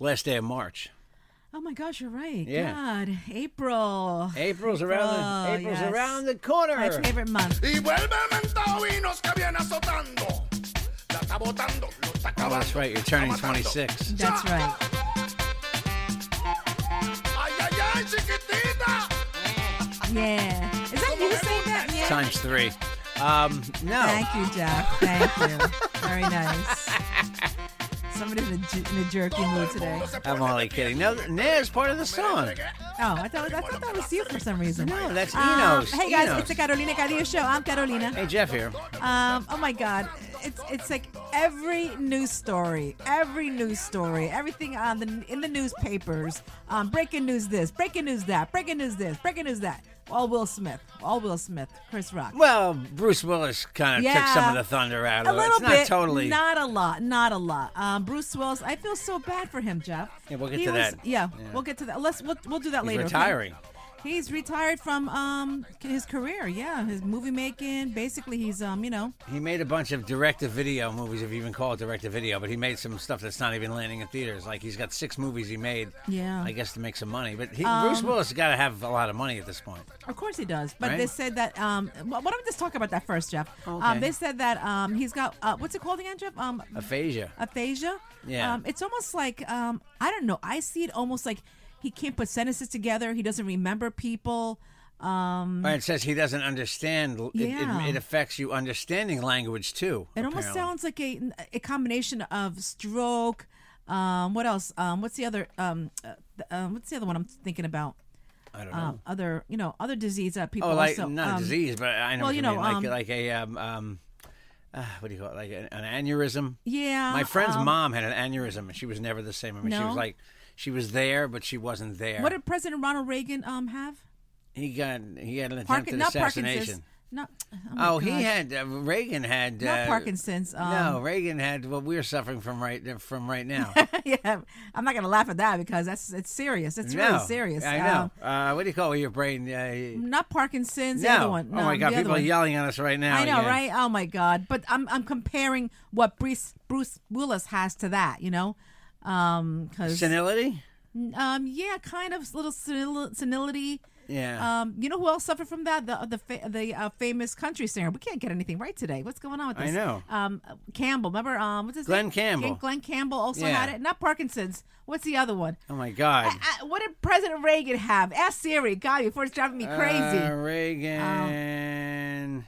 Last day of March. Oh my gosh, you're right. Yeah. God, April. April's around. The, Oh, April's yes. around the corner. My favorite month. Y vuelve el mentado vinos que viene azotando. La está botando, lo está Oh, acabando. that's right. You're turning 26. That's right. Ay, ay, ay, chiquitita. Yeah. Is that you saying that? Yeah. Times three. Um, no. Thank you, Jack. Thank you. Very nice. Somebody's in a, ju- in a jerky mood today. I'm only kidding. No, there's part of the song. Oh, I thought, I thought that was you for some reason. No, that's Um, Enos. hey guys, Enos. it's the Carolina Cadillo show. I'm Carolina. Hey, Jeff here. Um, oh my God, it's it's like every news story, every news story, everything on the in the newspapers. Um, breaking news this, breaking news that, breaking news this, breaking news that. All Will Smith, all Will Smith, Chris Rock. Well, Bruce Willis kind of took Yeah. some of the thunder out A of it. little It's not bit, totally. not a lot, not a lot. Um, Bruce Willis, I feel so bad for him, Jeff. Yeah, we'll get He to was- that. Yeah, Yeah. we'll get to that. Let's we'll, we'll do that He's later. okay? retiring. He's retired from um his career. Yeah, his movie making. Basically, he's um you know He made a bunch of direct-to-video movies, if you even call it direct-to-video. But he made some stuff that's not even landing in theaters. Like he's got six movies he made. Yeah. Um, I guess to make some money. But he, Bruce Willis got to have a lot of money at this point. Of course he does, but they Right? said that. Um, wh- why don't we just talk about that first, Jeff? Okay. Um, they said that um, he's got uh, what's it called again, Jeff? Um, Aphasia. aphasia. Yeah. Um, it's almost like um, I don't know. I see it almost like he can't put sentences together. He doesn't remember people. Um, Right, it says he doesn't understand. It, Yeah. it, it affects you understanding language too. it almost apparently. sounds like a a combination of stroke. Um, what else? Um, what's the other? Um, uh, th- um, what's the other one I'm thinking about? I don't know. Um, other, you know, other disease that people oh, like also not a um, disease, but I know well, what you you know, mean. Like um, like a um, um uh, what do you call it? Like an, an aneurysm. Yeah, My friend's um, mom had an aneurysm, and she was never the same. I mean, she No? was like she was there, but she wasn't there. What did President Ronald Reagan um have? he got he had an Parkin- attempted not Parkinson's. assassination. Not. Oh, my Oh, he gosh. had uh, Reagan had Not uh, Parkinson's, um, no, Reagan had what we're suffering from right from right now. yeah, I'm not gonna laugh at that because that's it's serious. It's no, really serious. I Um, know. Uh, what do you call your brain? Uh, not Parkinson's. The no. other one. No, oh my God! the other People are one. yelling at us right now. I know, again. right? Oh my God! But I'm I'm comparing what Bruce Bruce Willis has to that. You know. Um, cause, Senility. um, yeah, kind of little senil- senility. Yeah. Um, you know who else suffered from that? The the fa- the uh, famous country singer. We can't get anything right today. What's going on with I this? know. Um, Campbell. Remember? Um, what's his Glenn name? Campbell. Glenn- Glenn Campbell also Yeah. had it. Not Parkinson's. What's the other one? oh my God. I, I, what did President Reagan have? Ask Siri. God, before it's driving me crazy. Uh, Reagan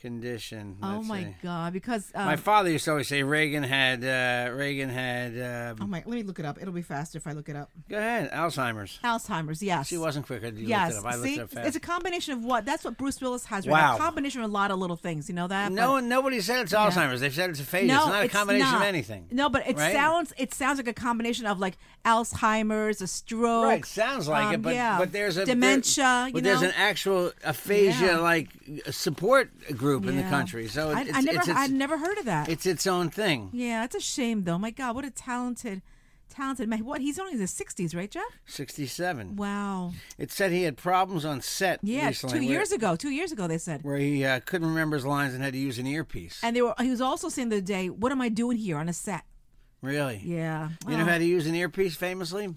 condition. oh let's my see. God! Because um, My father used to always say Reagan had uh, Reagan had. oh Um, my, let me look it up. It'll be faster if I look it up. go ahead, Alzheimer's. Alzheimer's. Yes. She wasn't quicker. You Yes. looked it up. I looked See, it up fast. it's a combination of what? That's what Bruce Willis has. Right now. Wow. A combination of a lot of little things. You know that? no, But- one- nobody said it's Alzheimer's. They've said it's aphasia. it's not a combination of not. anything. No, but it right? sounds it sounds like a combination of like Alzheimer's, a stroke. Right, sounds like it, um, but yeah. but there's a there- dementia. you but know, there's an actual aphasia Yeah. like support group in the Yeah. country. So it, I, it's, I never it's, I it's, never heard of that. it's its own thing. yeah, it's a shame though. My God, what a talented, talented man. What he's only in his sixties, right, Jeff? Sixty-seven. Wow. It said he had problems on set. Yeah, recently two where- years ago. Two years ago, they said. where he uh, couldn't remember his lines and had to use an earpiece. And they were. He was also saying the other day, "What am I doing here on a set?" really? Yeah. You know Wow. how to use an earpiece famously?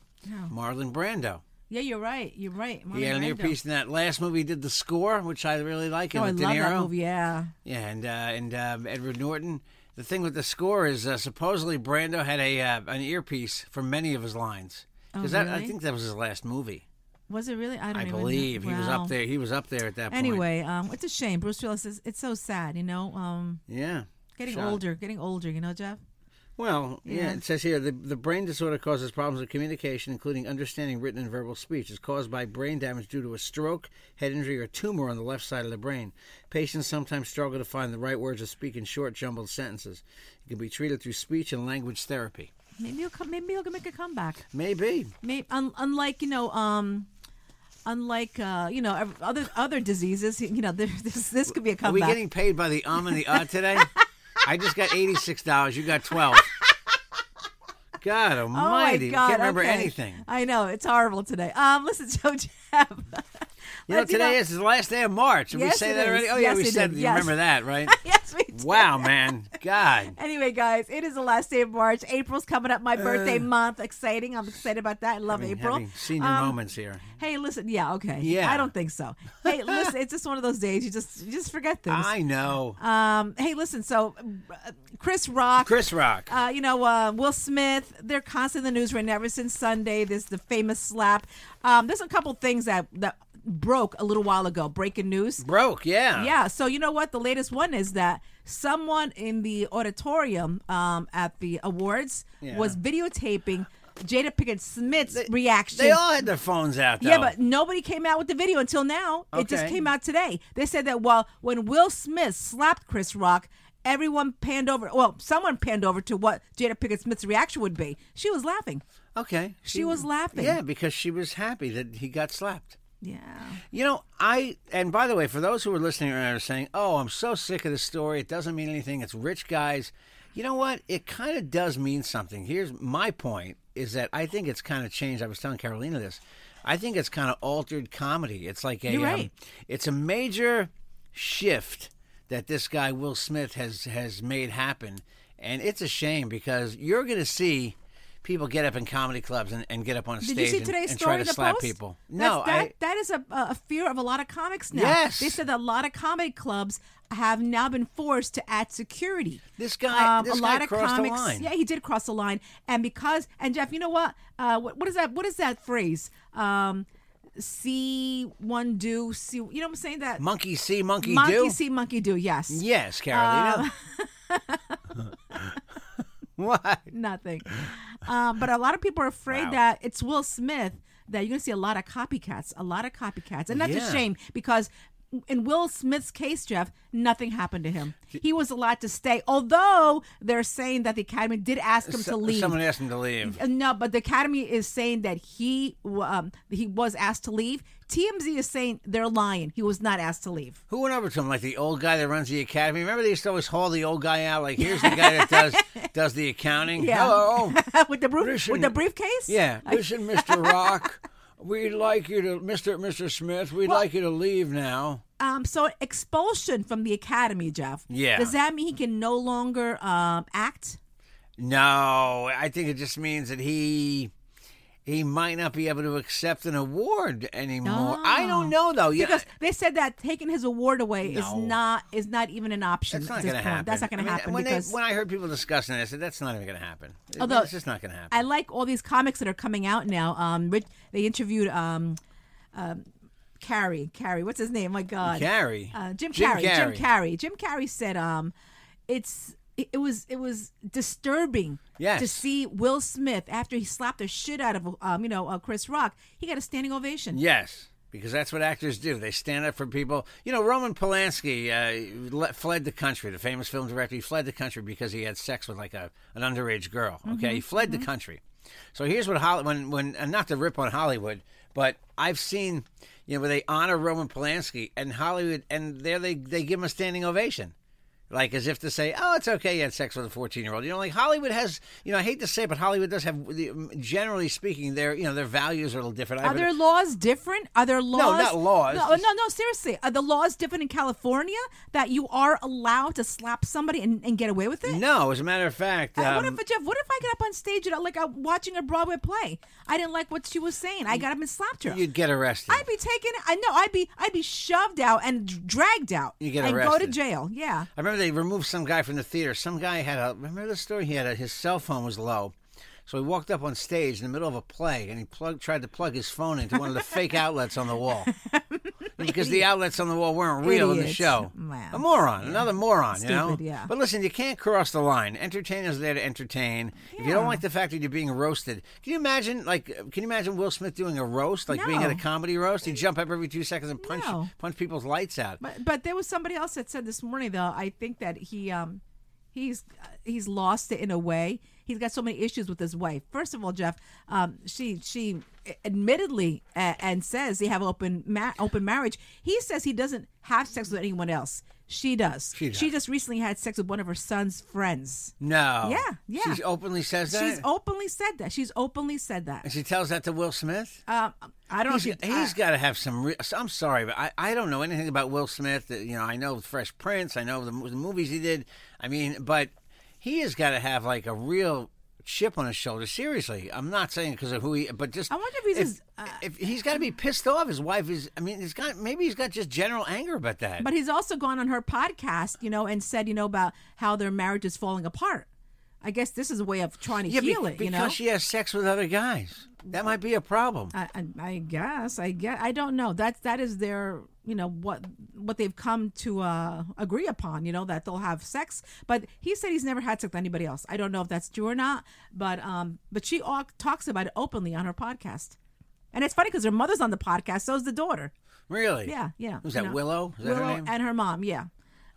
Marlon Brando. yeah, you're right. You're right. He had an Marlon Brando. earpiece in that last movie. He did the score, which I really like. Oh, and I with De love that Niro. movie. Yeah. Yeah, and uh, and um, uh, Edward Norton. the thing with the score is uh, supposedly Brando had a uh, an earpiece for many of his lines because I Oh, really? think that was his last movie. Was it really? I don't I even know. believe he was Wow. up there. He was up there at that point. Anyway, um, it's a shame. Bruce Willis is. It's so sad, you know. Um, yeah, getting Shot. older, getting older. You know, Jeff. Well, yeah. Yeah. it says here the, the brain disorder causes problems with communication, including understanding written and verbal speech. It's caused by brain damage due to a stroke, head injury, or tumor on the left side of the brain. Patients sometimes struggle to find the right words to speak in short, jumbled sentences. It can be treated through speech and language therapy. Maybe he'll come. Maybe he'll make a comeback. Maybe. Maybe un, unlike you know. Um, Unlike uh, you know ev- other other diseases, you know there- this this could be a Are we comeback. getting paid by the um and the uh today? I just got eighty six dollars. You got twelve. God oh Almighty! my we God! can't remember okay. anything. I know it's horrible today. Um, listen, so Jeff, You know, let's, Uh, you today know- is the last day of March. Did Yes, we say it that already? is. Oh yeah, Yes, we we said. did. You Yes. remember that, right? yes, we did. Wow, man. God. Anyway, guys, it is the last day of March. April's coming up, my birthday month. Exciting. I'm excited about that. I love April. Having senior Um, moments here. Hey, listen. Yeah, okay. Yeah. I don't think so. Hey, listen, it's just one of those days you just you just forget things. I know. um, hey, listen, so uh, Chris Rock Chris Rock. uh, you know, uh, Will Smith, they're constantly in the news right now. Ever since Sunday, this the famous slap. Um, there's a couple things that, that broke a little while ago. Breaking news. Broke, yeah. Yeah. So you know what? The latest one is that someone in the auditorium um, at the awards Yeah. was videotaping Jada Pickett Smith's reaction. They all had their phones out, though. yeah, but nobody came out with the video until now. It just Okay. came out today. They said that while when Will Smith slapped Chris Rock, everyone panned over. Well, someone panned over to what Jada Pickett Smith's reaction would be. She was laughing. Okay. She was laughing. Yeah, because she was happy that he got slapped. Yeah. You know, I, and by the way, for those who are listening right now are saying, oh, I'm so sick of this story. It doesn't mean anything. It's rich guys. You know what? It kind of does mean something. Here's my point is that I think it's kind of changed. I was telling Carolina this. I think it's kind of altered comedy. It's like a, You're um, right. it's a major shift that this guy Will Smith has has made happen, and it's a shame because you're going to see people get up in comedy clubs and, and get up on a Did stage you see and, today's and story try in to the slap Post? people. That's- No, that, I, that is a, a fear of a lot of comics now. Yes. they said that a lot of comedy clubs have now been forced to add security. Um, This guy- a this guy lot of crossed the comics. line. Yeah, he did cross the line, and because and Jeff, you know what? Uh, what, what is that? What is that phrase? Um, see one do see. You know what I'm saying? That Monkey see, monkey, monkey do. see, monkey do. Yes. Yes, Carolina. Um, Why? Nothing. Um, but a lot of people are afraid Wow. that it's Will Smith that you're going to see a lot of copycats, a lot of copycats. And that's Yeah. a shame because in Will Smith's case, Jeff, nothing happened to him. He was allowed to stay, although they're saying that the Academy did ask him to So- uh, leave. Someone asked him to leave. Uh, No, but the Academy is saying that he um, he was asked to leave. TMZ is saying they're lying. He was not asked to leave. Who went over to him? Like the old guy that runs the academy. Remember they used to always haul the old guy out. Like here's the guy that does does the accounting. Yeah. Hello. with the brief, Listen. with the briefcase. Yeah. Listen, Mr. Rock. We'd like you to, Mr. Mr. Smith. We'd like you to leave now. Um, so expulsion from the academy, Jeff. Yeah. Does that mean he can no longer um, act? No, I think it just means that he he might not be able to accept an award anymore. I don't know though. Yeah, Ah. Because they said that taking his award away is No. not is not even an option. That's at not this going to point. happen. That's not going I to mean, happen When, they- because when I heard people discussing it, I said that's not even going to happen. It- Although- it's just not going to happen. I like all these comics that are coming out now. Um, Rich, they interviewed um, um, Carrie. Carrie, what's his name? Oh My God, Carrie, uh, Jim, Jim Carrey, Carrey. Jim Carrey. Jim Carrey said, um, "It's it, it was it was disturbing Yes. to see Will Smith after he slapped the shit out of um, you know uh, Chris Rock. He got a standing ovation. Yes, because that's what actors do. They stand up for people. You know, Roman Polanski uh, le- fled the country. The famous film director, he fled the country because he had sex with like a an underage girl. Okay, he fled the country. So here's what Hollywood. When, when and not to rip on Hollywood, but I've seen you know where they honor Roman Polanski and Hollywood, and there they they give him a standing ovation. Like as if to say, "Oh, it's okay, you had sex with a fourteen-year-old." You know, like Hollywood has. You know, I hate to say, it, but Hollywood does have. Generally speaking, their you know their values are a little different. Are I've been- there laws different? Are there laws? not laws. No, no, no. Seriously, are the laws different in California that you are allowed to slap somebody and, and get away with it? No, as a matter of fact, Uh, um, what if Jeff? What if I got up on stage and uh, like I'm watching a Broadway play? I didn't like what she was saying. I got up and slapped her. you'd get arrested. I'd be taken. I know. I'd be. I'd be shoved out and d- dragged out. You get and go to arrested. jail. Yeah. I remember they removed some guy from the theater. Some guy had a remember the story. He had a, his cell phone was low, so he walked up on stage in the middle of a play and he plugged tried to plug his phone into one of the fake outlets on the wall because the outlets on the wall weren't real in the Idiots. show. Wow. A moron, another moron. you know. Stupid, yeah. But listen, you can't cross the line. Entertainers are there to entertain. If you don't like the fact that you're being roasted, can you imagine? Like, can you imagine Will Smith doing a roast, like being at a No. comedy roast? He'd jump up every two seconds and punch No. punch people's lights out. But but there was somebody else that said this morning though. I think that he um he's he's lost it in a way. He's got so many issues with his wife. First of all, Jeff, um, she she admittedly uh, and says they have open ma- open marriage. He says he doesn't have sex with anyone else. She does. She does. just recently had sex with one of her son's friends. No. Yeah, yeah. She openly says that. She's openly said that. She's openly said that. and she tells that to Will Smith. Um, I don't. He's, know if she- he's I- got to have some. Re- I'm sorry, but I, I don't know anything about Will Smith. That, you know, I know Fresh Prince. I know the, mo- the movies he did. I mean, but he has got to have like a real chip on his shoulder. Seriously, I'm not saying because of who he, but just I wonder if he's as- uh, if he's got to be pissed off. His wife is. I mean, he's got maybe he's got just general anger about that. But he's also gone on her podcast, you know, and said, you know, about how their marriage is falling apart. I guess this is a way of trying to yeah, be- heal it, because you know. Uh, she has sex with other guys. That might be a problem. I, I, I guess I get I don't know that's that is their you know what what they've come to uh, agree upon you know that they'll have sex but he said he's never had sex with anybody else I don't know if that's true or not but um but she all, talks about it openly on her podcast and it's funny because her mother's on the podcast so is the daughter really? Yeah, yeah. Who's you that? know. Willow? Is that her Willow name? Hmm. and her mom. Yeah.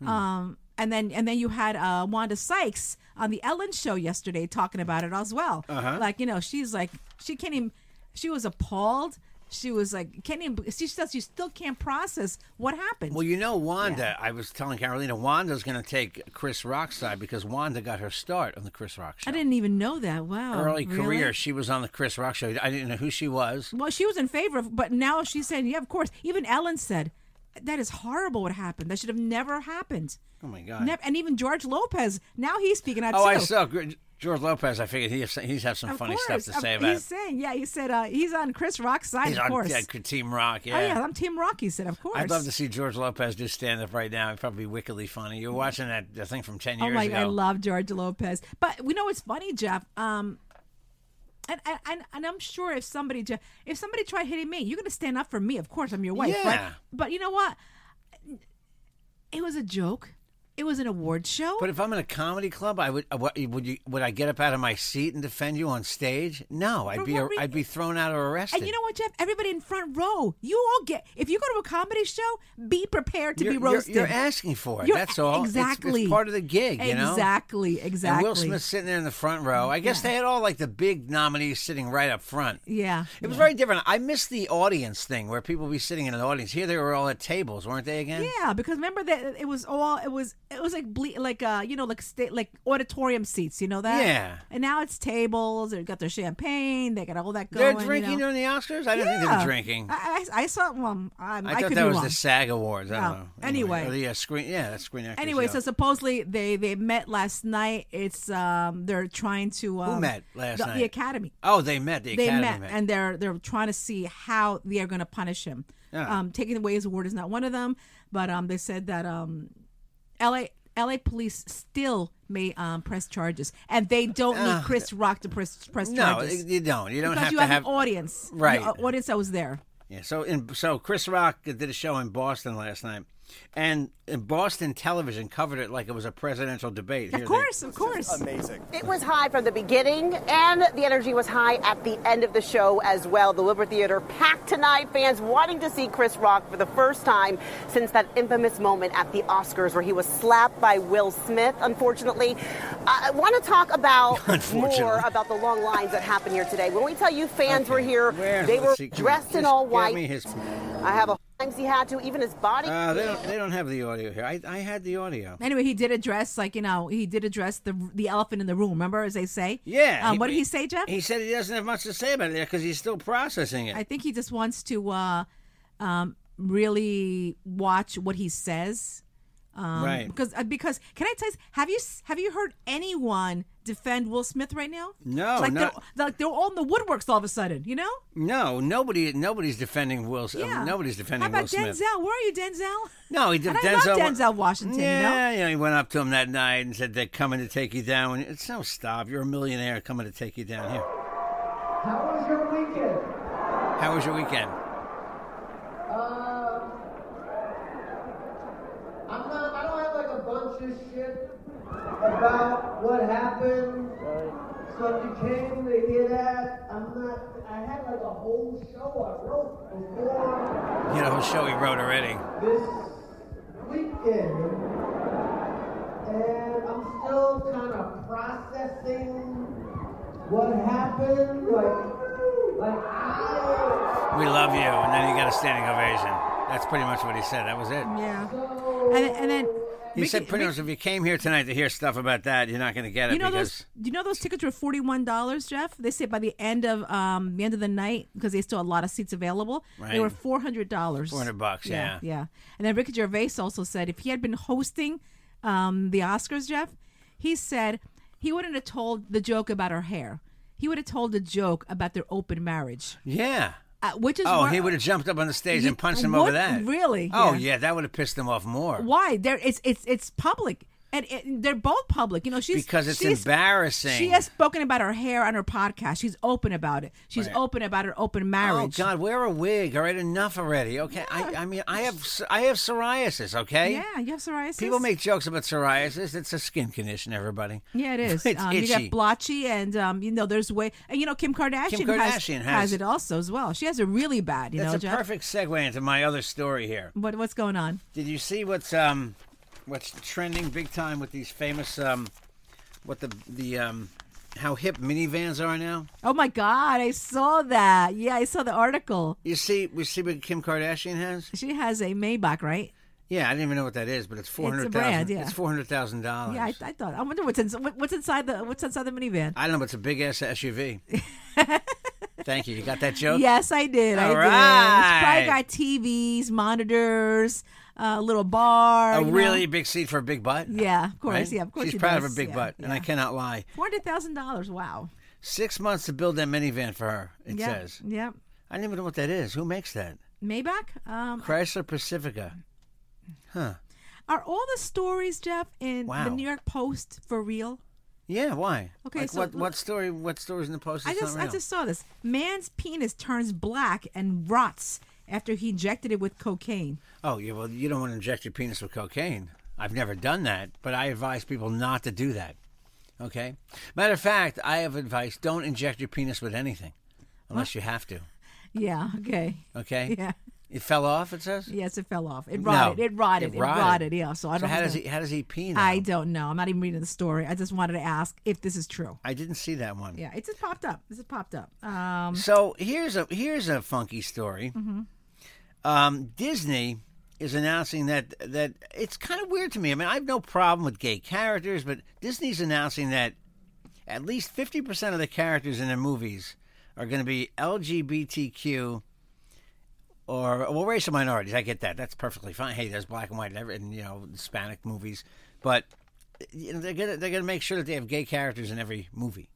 Um, and then and then you had uh, Wanda Sykes on the Ellen Show yesterday talking about it as well. Uh-huh. Like you know, she's like she can't even. She was appalled. She was like can't even. She says she still can't process what happened. Well, you know, Wanda, I was telling Carolina, Wanda's going to take Chris Rock's side because Wanda got her start on the Chris Rock show. I didn't even know that. Wow. Early really? career, she was on the Chris Rock show. I didn't know who she was. Well, she was in favor of, but now she's saying, yeah, of course. Even Ellen said, that is horrible what happened. That should have never happened. Oh, my God. Nev- and even George Lopez, now he's speaking out oh, too. I saw Gr- George Lopez. I figured he has, he's have some Of funny course. stuff to Of- say about He's saying, yeah, he said uh, he's on Chris Rock's it. side, He's of on course. yeah, Team Rock. Yeah. Oh yeah, I'm Team Rock. He said, of course. I'd love to see George Lopez do stand up right now. It'd probably be wickedly funny. You're watching that, that thing from 10 Mm. Oh years my, ago. I love George Lopez. But we know it's funny, Jeff. Um, and, and- and and I'm sure if somebody Jeff, if somebody tried hitting me, you're gonna stand up for me. Of course, I'm your wife. right? Yeah. But you know what? It was a joke. It was an award show. But if I'm in a comedy club, I would uh, what- would you would I get up out of my seat and defend you on stage? No, I'd For be what ar- reason? I'd be thrown out or arrested. and you know what, Jeff? Everybody in front row, you all get. If you go to a comedy show, be prepared to you're, be you're- roasted. You're, asking for it. You're- That's all. It's- It's, Exactly. part of the gig, you know. Exactly. Exactly. And Will Smith sitting there in the front row. I guess they had all like the big nominees sitting right up front. Yeah. It was very different. I miss the audience thing where people be sitting in an audience. Here they were all at tables, weren't they again? Yeah, because remember that it was all it was it was like ble- like uh you know like sta- like auditorium seats, you know that? Yeah. And now it's tables. They got their champagne. They got all that They're going. you drinking know? during the Oscars? I didn't think they Yeah. were drinking. I, I, I saw. Well, I, I, I thought could that be was wrong. the SAG Awards. I don't Oh, know. anyway. Or the uh, screen, yeah, that's Screen Actors. Anyway, Guild. so supposedly they they met last night. It's um they're trying to um, met last the, night? the academy. oh, they met. The they Academy met, and they're they're trying to see how they are going to punish him. Yeah. Um, taking away his award is not one of them, but um, they said that um, L.A. L.A. police still may um, press charges, and they don't need Chris Rock to press press no, charges you don't. You don't because have you to have, have. an audience, You- Right. a audience that was there. Yeah, so in so Chris Rock did a show in Boston last night, and and Boston television covered it like it was a presidential debate. Here Of they- course, of course. It was high from the beginning, and the energy was high at the end of the show as well. The Wilbur Theater packed tonight, fans wanting to see Chris Rock for the first time since that infamous moment at the Oscars where he was slapped by Will Smith. Unfortunately, Uh, I want to talk about Unfortunately. more about the long lines that happened here today. When we tell you fans were here, Where's- they let's were see, come on, dressed in just all give white. me his- I have a times he had to, even his body. uh, they don't they don't have the audio here. I I had the audio. Anyway, he did address like you know he did address the the elephant in the room. Remember, as they say. Yeah. Um, what did he say, Jeff? He said he doesn't have much to say about it because he's still processing it. I think he just wants to uh, um, really watch what he says right. um, because uh, because can I tell you have you s- have you heard anyone defend Will Smith right now? No, like not- they're like they're all in the woodworks all of a sudden. You know? No, nobody, nobody's defending Will. Yeah. Nobody's defending How about Will Smith. Denzel? Where are you, Denzel? No, he did. And I love Denzel, Denzel Washington, you know? Yeah, you know, he went up to him that night and said, "They're coming to take you down." It's no stop. You're a millionaire coming to take you down here. How was your weekend? How was your weekend? Uh, I'm not. I don't have like a bunch of shit about what happened. So if you came to hear that, I'm not. I had like a whole show I wrote before You know, whole show he wrote already. this weekend, and I'm still kind of processing what happened. Like, like I. We love you, and then he got a standing ovation. That's pretty much what he said. That was it. Yeah. And and then He Ricky- said pretty Rick- much, if you came here tonight to hear stuff about that, you're not going to get it You know because. those? You know those tickets were forty one dollars, Jeff. They say by the end of um the end of the night because there's still a lot of seats available. They Right. were four hundred dollars. $400, yeah. yeah, And then Ricky Gervais also said if he had been hosting um the Oscars, Jeff, he said he wouldn't have told the joke about her hair. He would have told the joke about their open marriage, yeah. uh, which is Oh, where- he would have jumped up on the stage You- and punched him what? over that. Really? Oh Yeah. yeah, that would have pissed him off more. why there it's it's it's public and it, they're both public you know she's Because it's she's- embarrassing. she has spoken about her hair on her podcast she's open about it she's open about her open Oh marriage God! Wear a wig. All right, enough already. Okay, I, I mean, I have, s- I have psoriasis. Okay, yeah you have psoriasis People make jokes about psoriasis. It's a skin condition, everybody. yeah, it is. It's um, itchy. You got blotchy, and um, you know there's way, and you know Kim Kardashian, Kim Kardashian has, has- it also as well. She has it really bad. You That's know, a Jeff. perfect segue into my other story here. What what's going on? Did you see what's um, what's trending big time with these famous um, what the the um, how hip minivans are now? Oh my God, I saw that. Yeah, I saw the article. You see, we see what Kim Kardashian has. She has a Maybach, right? Yeah, I didn't even know what that is, but it's four brand, hundred thousand. yeah. It's four hundred thousand dollars. Yeah, I, I thought. I wonder what's in, what's inside the what's inside the minivan. I don't know, but it's a big ass SUV. Thank you. You got that joke? Yes, I did. I All did. right. It's probably got TVs, monitors, a little bar. A you know. really big seat for a big butt. Yeah, of course. Right? Yeah, of course. She's she proud of does. her big yeah, butt, yeah. and I cannot lie. Four hundred thousand dollars. Wow. Six months to build that minivan for her. It Yeah. says. Yep. I don't even know what that is. Who makes that? Maybach. Um, Chrysler Pacifica. are all the stories, Jeff, in Wow. the New York Post for real? Yeah. Why? Okay, Like, so what? look- What story? What stories in the post? I is not just I real? just saw this. Man's penis turns black and rots after he injected it with cocaine. Oh yeah. Well, you don't want to inject your penis with cocaine. I've never done that, but I advise people not to do that. Okay. Matter of fact, I have advice: don't inject your penis with anything, unless you have to. Yeah. Okay. Okay. Yeah. It fell off. It says. Yes, it fell off. It rotted. Uh, No. It rotted. It rotted. Yeah. So I don't. how know. does he? How does he pee? Now? I don't know. I'm not even reading the story. I just wanted to ask if this is true. I didn't see that one. Yeah, it just popped up. This just popped up. Um, So here's a here's a funky story. Um, Disney is announcing that that it's kind of weird to me. I mean, I have no problem with gay characters, but Disney's announcing that at least fifty percent of the characters in their movies are going to be LGBTQ or well, racial minorities. I get that. That's perfectly fine. Hey, there's black and white and, every, and you know Hispanic movies, but you know, they're gonna they're gonna make sure that they have gay characters in every movie.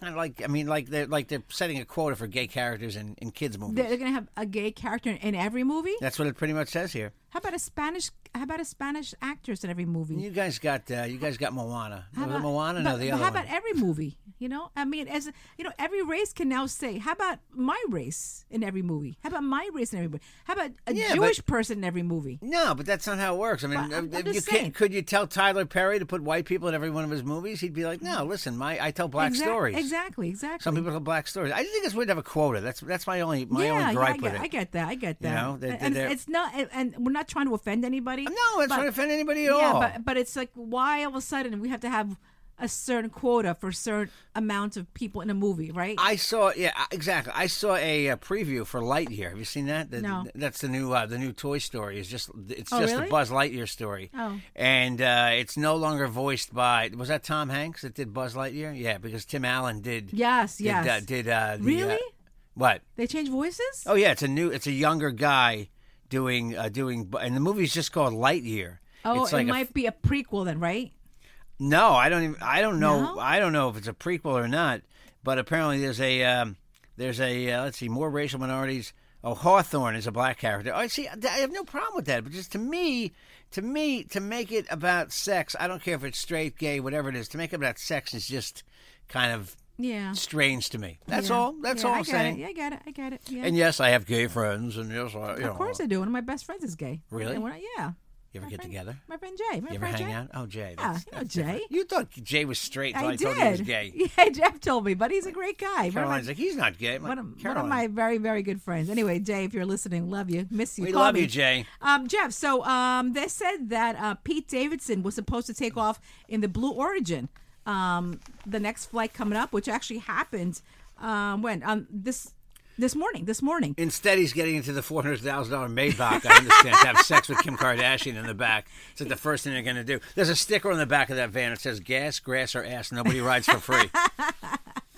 Kind of like I mean, like they're like they're setting a quota for gay characters in, in kids movies. they're going to have a gay character in every movie. That's what it pretty much says here. How about a Spanish? How about a Spanish actress in every movie? You guys got uh, you guys got Moana. how Was it Moana? but, no, the but other how one. about every movie? You know, I mean, as you know, every race can now say, "How about my race in every movie? How about my race in every movie? How about a Yeah, but- Jewish person in every movie?" no, but that's not how it works. I mean, But I'm- uh, I'm you just saying. can't, could you tell Tyler Perry to put white people in every one of his movies? He'd be like, no, listen, my I tell black Exac- stories. Exactly. Exactly. Some people have black stories. I just think it's weird to have a quota. That's that's my only my yeah, only gripe yeah, I get, with it. I get that. I get that. know, they- and they're- it's not, and, and we're not trying to offend anybody. No, I'm not but- trying to offend anybody at Yeah, all. but but it's like why all of a sudden we have to have a certain quota for certain amount of people in a movie, right? I saw, yeah, I- exactly. I saw a, uh preview for Lightyear. Have you seen that? The- No. That's the new, uh, the new Toy Story. It's just, it's Oh, just really? the Buzz Lightyear story. Oh. And uh, it's no longer voiced by. Was that Tom Hanks that did Buzz Lightyear? Yeah, because Tim Allen did. Yes, Did, yes. Uh, did uh, the, uh, Really? what? they change voices. Oh yeah, it's a new, it's a younger guy doing uh, doing, and the movie's just called Lightyear. Oh, it's like it a- might be a prequel then, right? No, I don't. Even, I don't know. No? I don't know if it's a prequel or not. But apparently, there's a um, there's a uh, let's see, more racial minorities. Oh, Hawthorne is a black character. I see. I have no problem with that. But just to me, to me, to make it about sex, I don't care if it's straight, gay, whatever it is. To make it about sex is just kind of Yeah. strange to me. That's Yeah. all. That's Yeah, all I I'm got saying. It. Yeah, I got it. I got it. Yeah. And yes, I have gay friends, and yes, I, you know, of course I do. One of my best friends is gay. Really? And we're not- yeah. You ever My get friend- together? My friend Jay. My You ever friend hang Jay. out? Oh, Jay. Yeah, that's- you know that's Jay. different. You thought Jay was straight until I, I told you he was did. gay. Yeah, Jeff told me, but he's a great guy. One of my Caroline's like, he's not gay. I'm like, one of, one of Caroline, my very very good friends. Anyway, Jay, if you're listening, love you, miss you. We Call love me. you, Jay. Um, Jeff. So um, they said that uh, Pete Davidson was supposed to take off in the Blue Origin, um, the next flight coming up, which actually happened um, when um, this this morning. This morning. Instead, he's getting into the four hundred thousand dollar Maybach. I understand to have sex with Kim Kardashian in the back. It's like the first thing they're going to do. There's a sticker on the back of that van that says "Gas, grass, or ass." Nobody rides for free.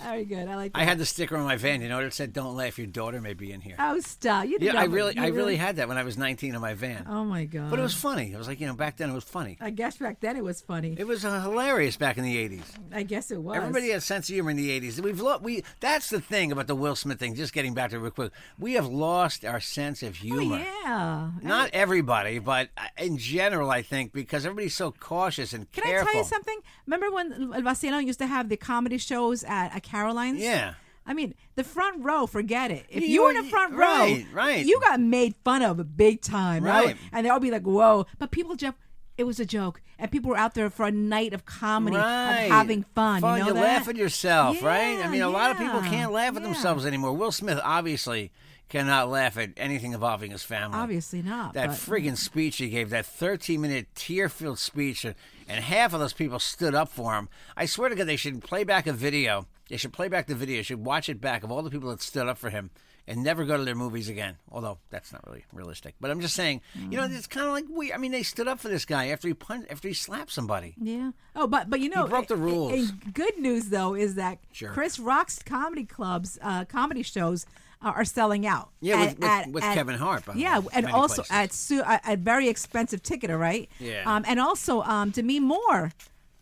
Very good. I like. That. I had the sticker on my van. You know what it said? "Don't laugh, your daughter may be in here." oh, stop. You did yeah, I not- really, you I really had that when I was nineteen on my van. Oh my god. But it was funny. It was like you know, back then it was funny. I guess back then it was funny. It was uh, hilarious back in the eighties. I guess it was. Everybody had a sense of humor in the eighties. We've lo- we that's the thing about the Will Smith thing. Just getting back to it real quick, we have lost our sense of Oh, humor. yeah. Not everybody, but uh, in general, I think because everybody's so cautious and Can careful. I tell you something? Remember when El Vacilón used to have the comedy shows at, at Caroline's? Yeah. I mean, the front row, forget it. If You- you, you were in were- the front right, row, right. you got made fun of big time, right? Right. And they'll be like, whoa. But people, Jeff, it was a joke. And people were out there for a night of comedy, Right. of having fun. Fun. You know you that? laugh at yourself, right? I Yeah, mean, a lot of people yeah, can't laugh at yeah. themselves anymore. Will Smith obviously cannot laugh at anything involving his family. Obviously not. That but- friggin' speech he gave, that 13 minute tear filled speech, and, and half of those people stood up for him. I swear to God, they should play back a video. They should play back the video, should watch it back of all the people that stood up for him and never go to their movies again. Although that's not really realistic. But I'm just saying, you Mm. know, it's kind of like we, I mean, they stood up for this guy after he punched, after he slapped somebody. Yeah. Oh, but but you know, broke the a- a- rules. a good news though is that Sure. Chris Rock's comedy clubs, uh, comedy shows. Uh, are selling out. Yeah, with- with- with Kevin Hart, by the yeah, way, and many also places. at, su- at at very expensive ticket, all right. Yeah. Um, and also um, Demi Moore,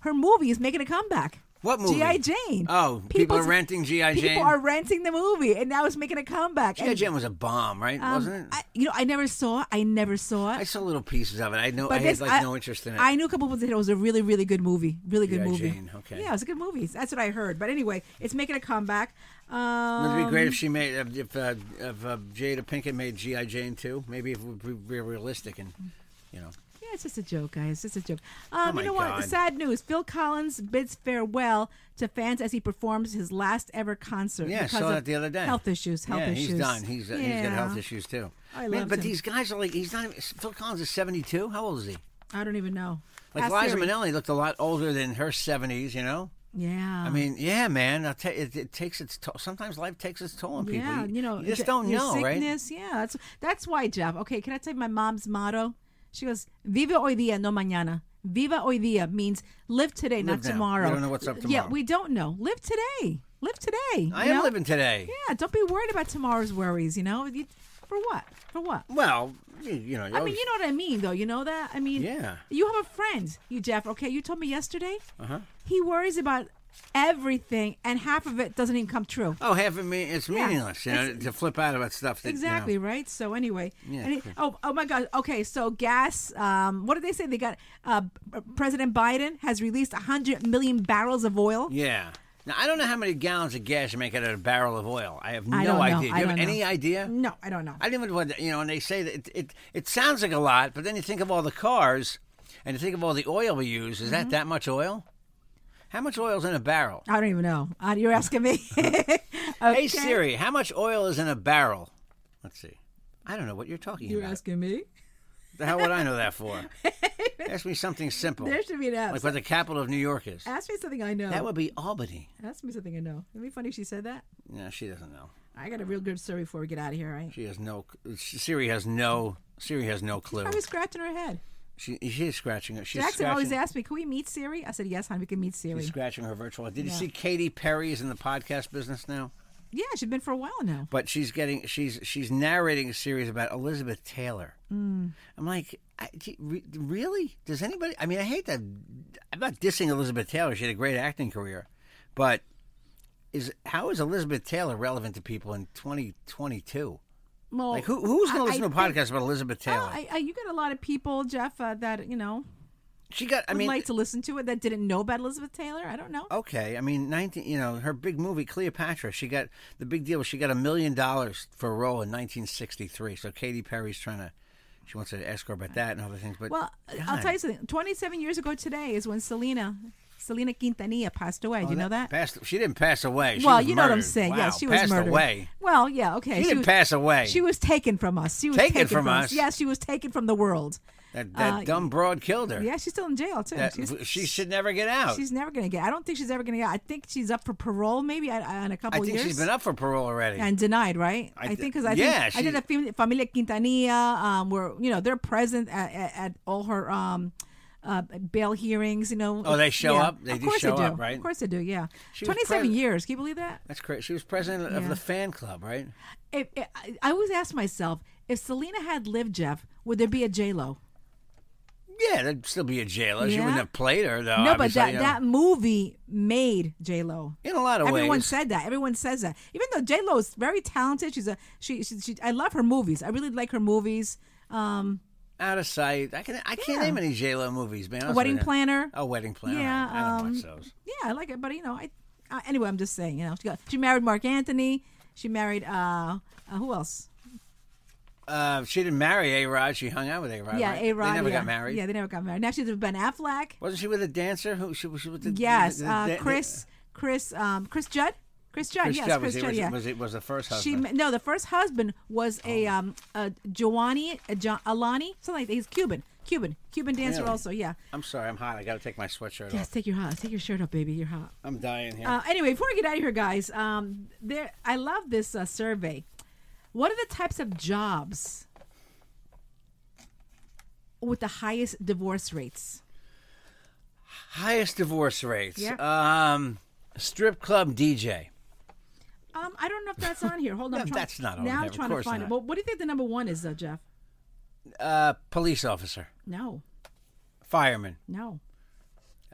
her movie is making a comeback. What movie? GI Jane. Oh, people are People's- renting G.I. Jane? People are renting the movie, and now it's making a comeback. G.I. And, Jane was a bomb, right? um, Wasn't it? I, you know, I never saw. it. I never saw it. I saw little pieces of it. I know I had this- like no interest in it. I knew a couple of people that it was a really, really good movie. Really good G.I. movie. Jane, okay. Yeah, it was a good movie. That's what I heard. But anyway, it's making a comeback. It'd Um, be great if she made if if, uh, if uh, Jada Pinkett made GI Jane too. Maybe if we were realistic and you know. yeah, it's just a joke, guys. It's just a joke. Um, Oh my you know God. what? Sad news. Phil Collins bids farewell to fans as he performs his last ever concert. Yeah, I because saw of that the other day. Health issues. Health yeah, issues. he's done. He's uh, he's got health Yeah. issues too. I Man, loved but him. these guys are like he's not. even- Phil Collins is seventy two. How old is he? I don't even know. Like Ask Liza Siri. Minnelli looked a lot older than her seventies. You know. Yeah. I mean, yeah, man. I'll tell you, it, it takes its toll. Sometimes life takes its toll on people. Yeah, you, know, you just th- don't your know, right? sickness, Yeah, that's that's why, Jeff. Okay, can I tell you my mom's motto? She goes, "Viva hoy día, no mañana." Viva hoy día means live today, not now. We tomorrow. don't know what's up Yeah, tomorrow. we don't know. Live today. Live today. I you am know? living today. Yeah, don't be worried about tomorrow's worries. You know, You- for what? For what? Well, you, you know. I mean, you know what I mean, though. You know that? I mean, Yeah. You have a friend, you Jeff. Okay, you told me yesterday. Uh-huh. He worries about everything, and half of it doesn't even come true. Oh, half of me, it's Yeah, meaningless. You know, it's- to flip out about stuff. That, you know. Exactly right. So anyway, Yeah, and it- cool. oh oh my God. Okay, so gas. Um, what did they say? They got uh, President Biden has released hundred million barrels of oil. Yeah. Now I don't know how many gallons of gas you make out of a barrel of oil. I have no I don't know. idea. Do you I have don't know. any idea? No, I don't know. I didn't even what you know. And they say that it, it it sounds like a lot, but then you think of all the cars, and you think of all the oil we use. Is Mm-hmm. that that much oil? How much oil's in a barrel? I don't even know. Uh, you're asking me. Hey Siri, how much oil is in a barrel? Let's see. I don't know what you're talking You're about. asking me. The hell would I know that for? Ask me something simple. There should be an app. like what the capital of New York is. Ask me something I know. That would be Albany. Ask me something I know. It'd be funny if she said that. No, she doesn't know. I got a real good story before we get out of here, right? She has no. Siri has no. Siri has no clue. I was scratching her head. She she is scratching it. She's Jackson scratching, always asks me, "Can we meet Siri?" I said, "Yes, honey, we can meet Siri." She's scratching her virtual. Did you see Katy Perry is in the podcast business now? Yeah, she's been for a while now. but she's getting she's she's narrating a series about Elizabeth Taylor. Mm. I'm like, I, gee, re- really? Does anybody? I mean, I hate that. I'm not dissing Elizabeth Taylor. She had a great acting career, but is how is Elizabeth Taylor relevant to people in 2022? Well, Like, who who's going to Oh, I- listen I to a podcast about Elizabeth Taylor? Well, I, I, you got a lot of people, Jeff, uh, that you know she got. I would mean, Oh, like to listen to it that didn't know about Elizabeth Taylor. I don't know. okay. I mean, 19. You know, her big movie Cleopatra. She got the big deal. was She got a million dollars for a role in 1963. So Katy Perry's trying to. She wants to ask her about that and other things, but Well, I'll tell you something. Twenty-seven years ago today is when Selena, Selena Quintanilla passed away. Do you know that? Passed, she didn't pass away. Oh, She well, was you know what I'm murdered. saying. yeah, Wow, she was passed murdered. away. Well, yeah, okay. She didn't was, pass away. She was taken from us. She was Taken taken, from us? Yes, she was taken from the world. That, that Uh, dumb broad killed her. Yeah, she's still in jail too. That- she's, she should never get out. she's never gonna get. I don't think she's ever gonna get. I think she's up for parole maybe I- I- in a I couple think years. she's been up for parole already. and denied, right? I I, th- think because I yeah, think I did she- a fam- Familia Quintanilla, um, where you know they're present at, at, at all her um, uh, bail hearings. You know, Oh, they show Yeah. up? They of do course show they do. up, right? Of course they do. Yeah, She was twenty-seven pres- years. Can you believe that? That's crazy. She was president of Yeah. the fan club, right? If, if, I- I always ask myself, if Selena had lived, Jeff, would there be a J Lo? Yeah, that'd still be a jailer. She Yeah. wouldn't have played her though. no, but obviously, that you know. that movie made J Lo. in a lot of Everyone ways. said that. Everyone says that. Even though J Lo is very talented, she's a she, she, she. I love her movies. I really like her movies. Um, out of sight. I can I can't Yeah. name any J Lo movies, man. honest Wedding with you. Planner. Oh, wedding planner. Yeah, I don't um, watch those. Yeah, I like it, but you know, I uh, anyway. I'm just saying, you know, she got she married Mark Anthony. She married uh, uh who else? Uh, she didn't marry A Rod. She hung out with A Rod. yeah, right? A Rod. They never yeah. got married. Yeah, they never got married. Now she's with Ben Affleck. Wasn't she with a dancer? Who she was she with the Yes, the- the- uh, the- Chris, Chris, um, Chris Judd. Chris Judd. Chris yes, Judd Chris was, Judd. was, yeah. was, it was the first she husband. Oh. ma- no, the first husband was a um a Giovanni a jo- Alani something like that. He's Cuban, Cuban, Cuban dancer Really? also. Yeah. I'm sorry, I'm hot. I got to take my sweatshirt Yes, off. take your hot, take your shirt off, baby. You're hot. I'm dying here. Uh, anyway, before we get out of here, guys, um, there I love this uh, survey. What are the types of jobs with the highest divorce rates? Highest divorce rates. Yeah. Um, strip club DJ. Um, I don't know if that's on here. Hold on, No, I'm trying- that's not on Now there. I'm Of trying to course find not. it. Well, what do you think the number one is, though, Jeff? Uh, police officer. No, Fireman. no,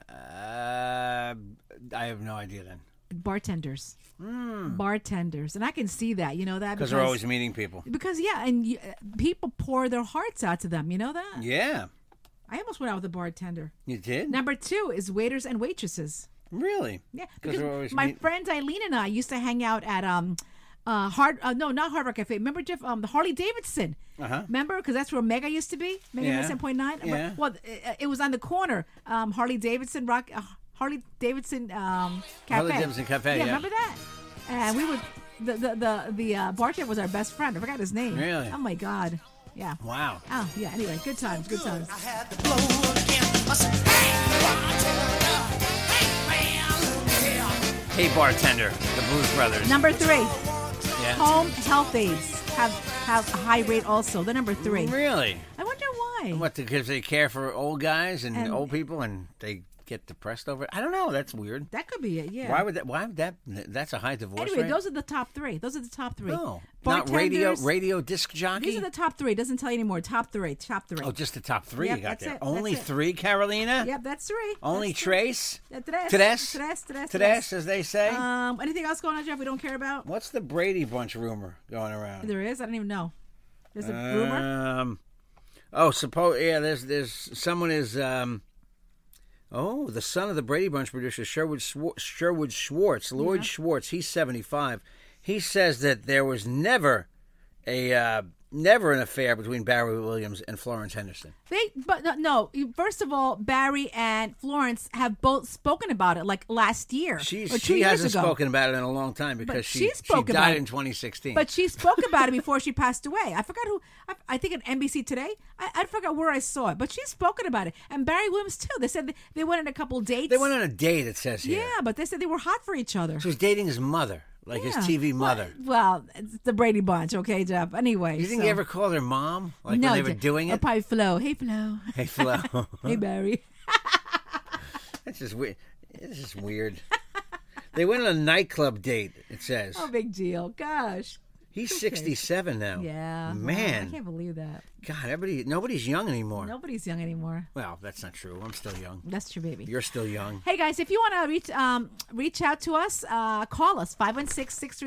Uh, I have no idea then. bartenders, bartenders, and I can see that. You know that Because Hmm. they're always meeting people. because yeah, and you, uh, people pour their hearts out to them. You know that. Yeah. I almost went out with a bartender. You did? Number two is waiters and waitresses. Really? Yeah, Because they're because always my meet- friends Eileen and I used to hang out at um, uh, hard uh, no not Hard Rock Cafe. Remember Jeff um the Harley Davidson. Uh-huh. Remember because that's where Mega used to be. Mega Yeah. yeah. ten point nine. Yeah. Well, it, it was on the corner. Um, Harley Davidson Rock uh, Harley Davidson um cafe. Harley Davidson Cafe, yeah. remember that? And we would the the the, the uh, bartender was our best friend. I forgot his name. Really? Oh my god. Yeah. Wow. Oh yeah. Anyway, good times. Good times. Hey, bartender. The Blues Brothers. Number three. yeah. Home health aides have have a high rate also. They're number three. Really? I wonder why. What, because they care for old guys and, And- old people and they get depressed over it? I don't know. That's weird. That could be it. Yeah. Why would that? Why would that? That's a high divorce anyway, rate. those are the top three. Those are the top three. no, not radio, Bartenders- radio disc jockey. These are the top three. Doesn't tell you anymore. Top three. Top three. Oh, just the top three Yep, you got that's there. it, Only that's it. three, Carolina. Yep, that's three. Only That's three. Trace. Uh, Tres. Tres. Tres, tres, Tres, tres. as they say. Um, anything else going on, Jeff? We don't care about. What's the Brady Bunch rumor going around? There is. I don't even know. There's a rumor. Um, oh, suppose yeah. There's there's someone is um. Oh, the son of the Brady Bunch producer Sherwood Swar- Sherwood Schwartz, Lloyd Schwartz. He's seventy five. He says that there was never a uh, never an affair between Barry Williams and Florence Henderson. They, but no, no. you- First of all, Barry and Florence have both spoken about it, like last year She's, or two she years hasn't ago. spoken about it in a long time because she, she spoke she about died it. in 2016. But she spoke about it before she passed away. I forgot who. I, I think on NBC Today. I, I forgot where I saw it, but she's spoken about it. And Barry Williams too. They said they, they went on a couple dates. they went on a date. It says here. Yeah, but they said they were hot for each other. She was dating his mother, like Yeah. his TV mother. Well, well, it's the Brady Bunch, okay, Jeff. Anyway, you think so. they ever called her mom? Like no, when they were Jeff. doing Oh, it? Probably Flo. Hey, Flo. Hey, Flo. hey, Barry. That's just weird. It's just weird. They went on a nightclub date. It says No big deal. Gosh. he's 67 now. Yeah. wow, I man. can't believe that. God, everybody, nobody's young anymore. Nobody's young anymore. Well, that's not true. I'm still young. That's true, baby. You're still young. Hey guys, if you want to reach um, reach out to us, uh, call us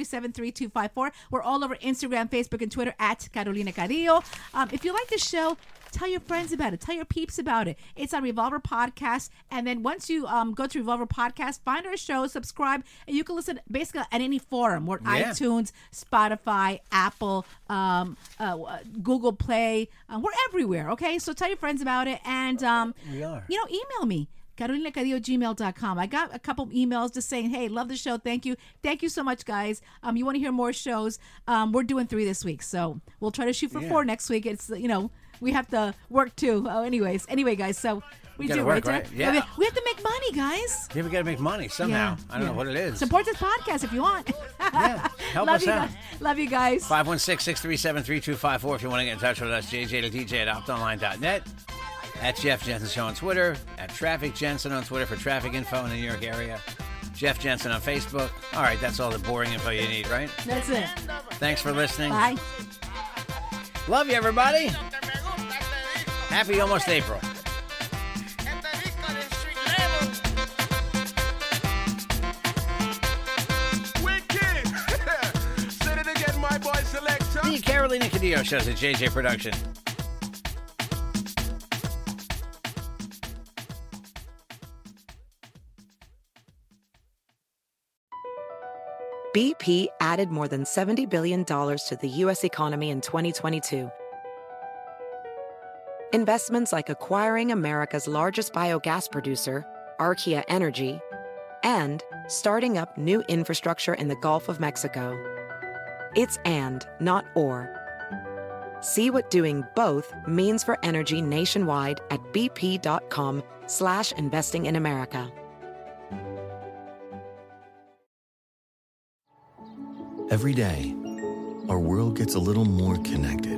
516-637-3254. We're all over Instagram, Facebook, and Twitter at Carolina Cadillo. Um, if you like the show, tell your friends about it. Tell your peeps about it. It's on Revolver Podcast, and then once you um, go to Revolver Podcast, find our show, subscribe, and you can listen basically at any forum. We're Yeah. iTunes, Spotify, Apple, um, uh, Google Play. Uh, we're everywhere. Okay, so tell your friends about it, and um, We are. you know, email me. CarolinaCadillo@gmail.com. I got a couple emails just saying, "Hey, love the show. Thank you, thank you so much, guys. Um, you want to hear more shows? Um, we're doing three this week, so we'll try to shoot for four next week. It's you know we have to work too. Oh, anyways, anyway, guys. So we, gotta do work, Dad? right? Yeah. we, we have to make money, guys. Yeah, we got to make money somehow. I don't yeah. know what it is. Support this podcast if you want. Yeah, help love us you out. guys. Love you guys. 516-637-3254 if you want to get in touch with us. JJ to DJ at optonline.net. At Jeff Jensen Show on Twitter. At Traffic Jensen on Twitter for traffic info in the New York area. Jeff Jensen on Facebook. All right, that's all the boring info you need, right? That's it. Thanks for listening. Bye. Love you, everybody. Te me gusta, te digo, Happy almost April. este disco del swinguero. Wicked. Say it again, my boy selector. The Carolina Cadillo Show's a JJ production. BP added more than $70 billion to the U.S. economy in 2022. Investments like acquiring America's largest biogas producer, Archaea Energy, and starting up new infrastructure in the Gulf of Mexico. It's and, not or. See what doing both means for energy nationwide at bp.com slash investing in America. Every day, our world gets a little more connected,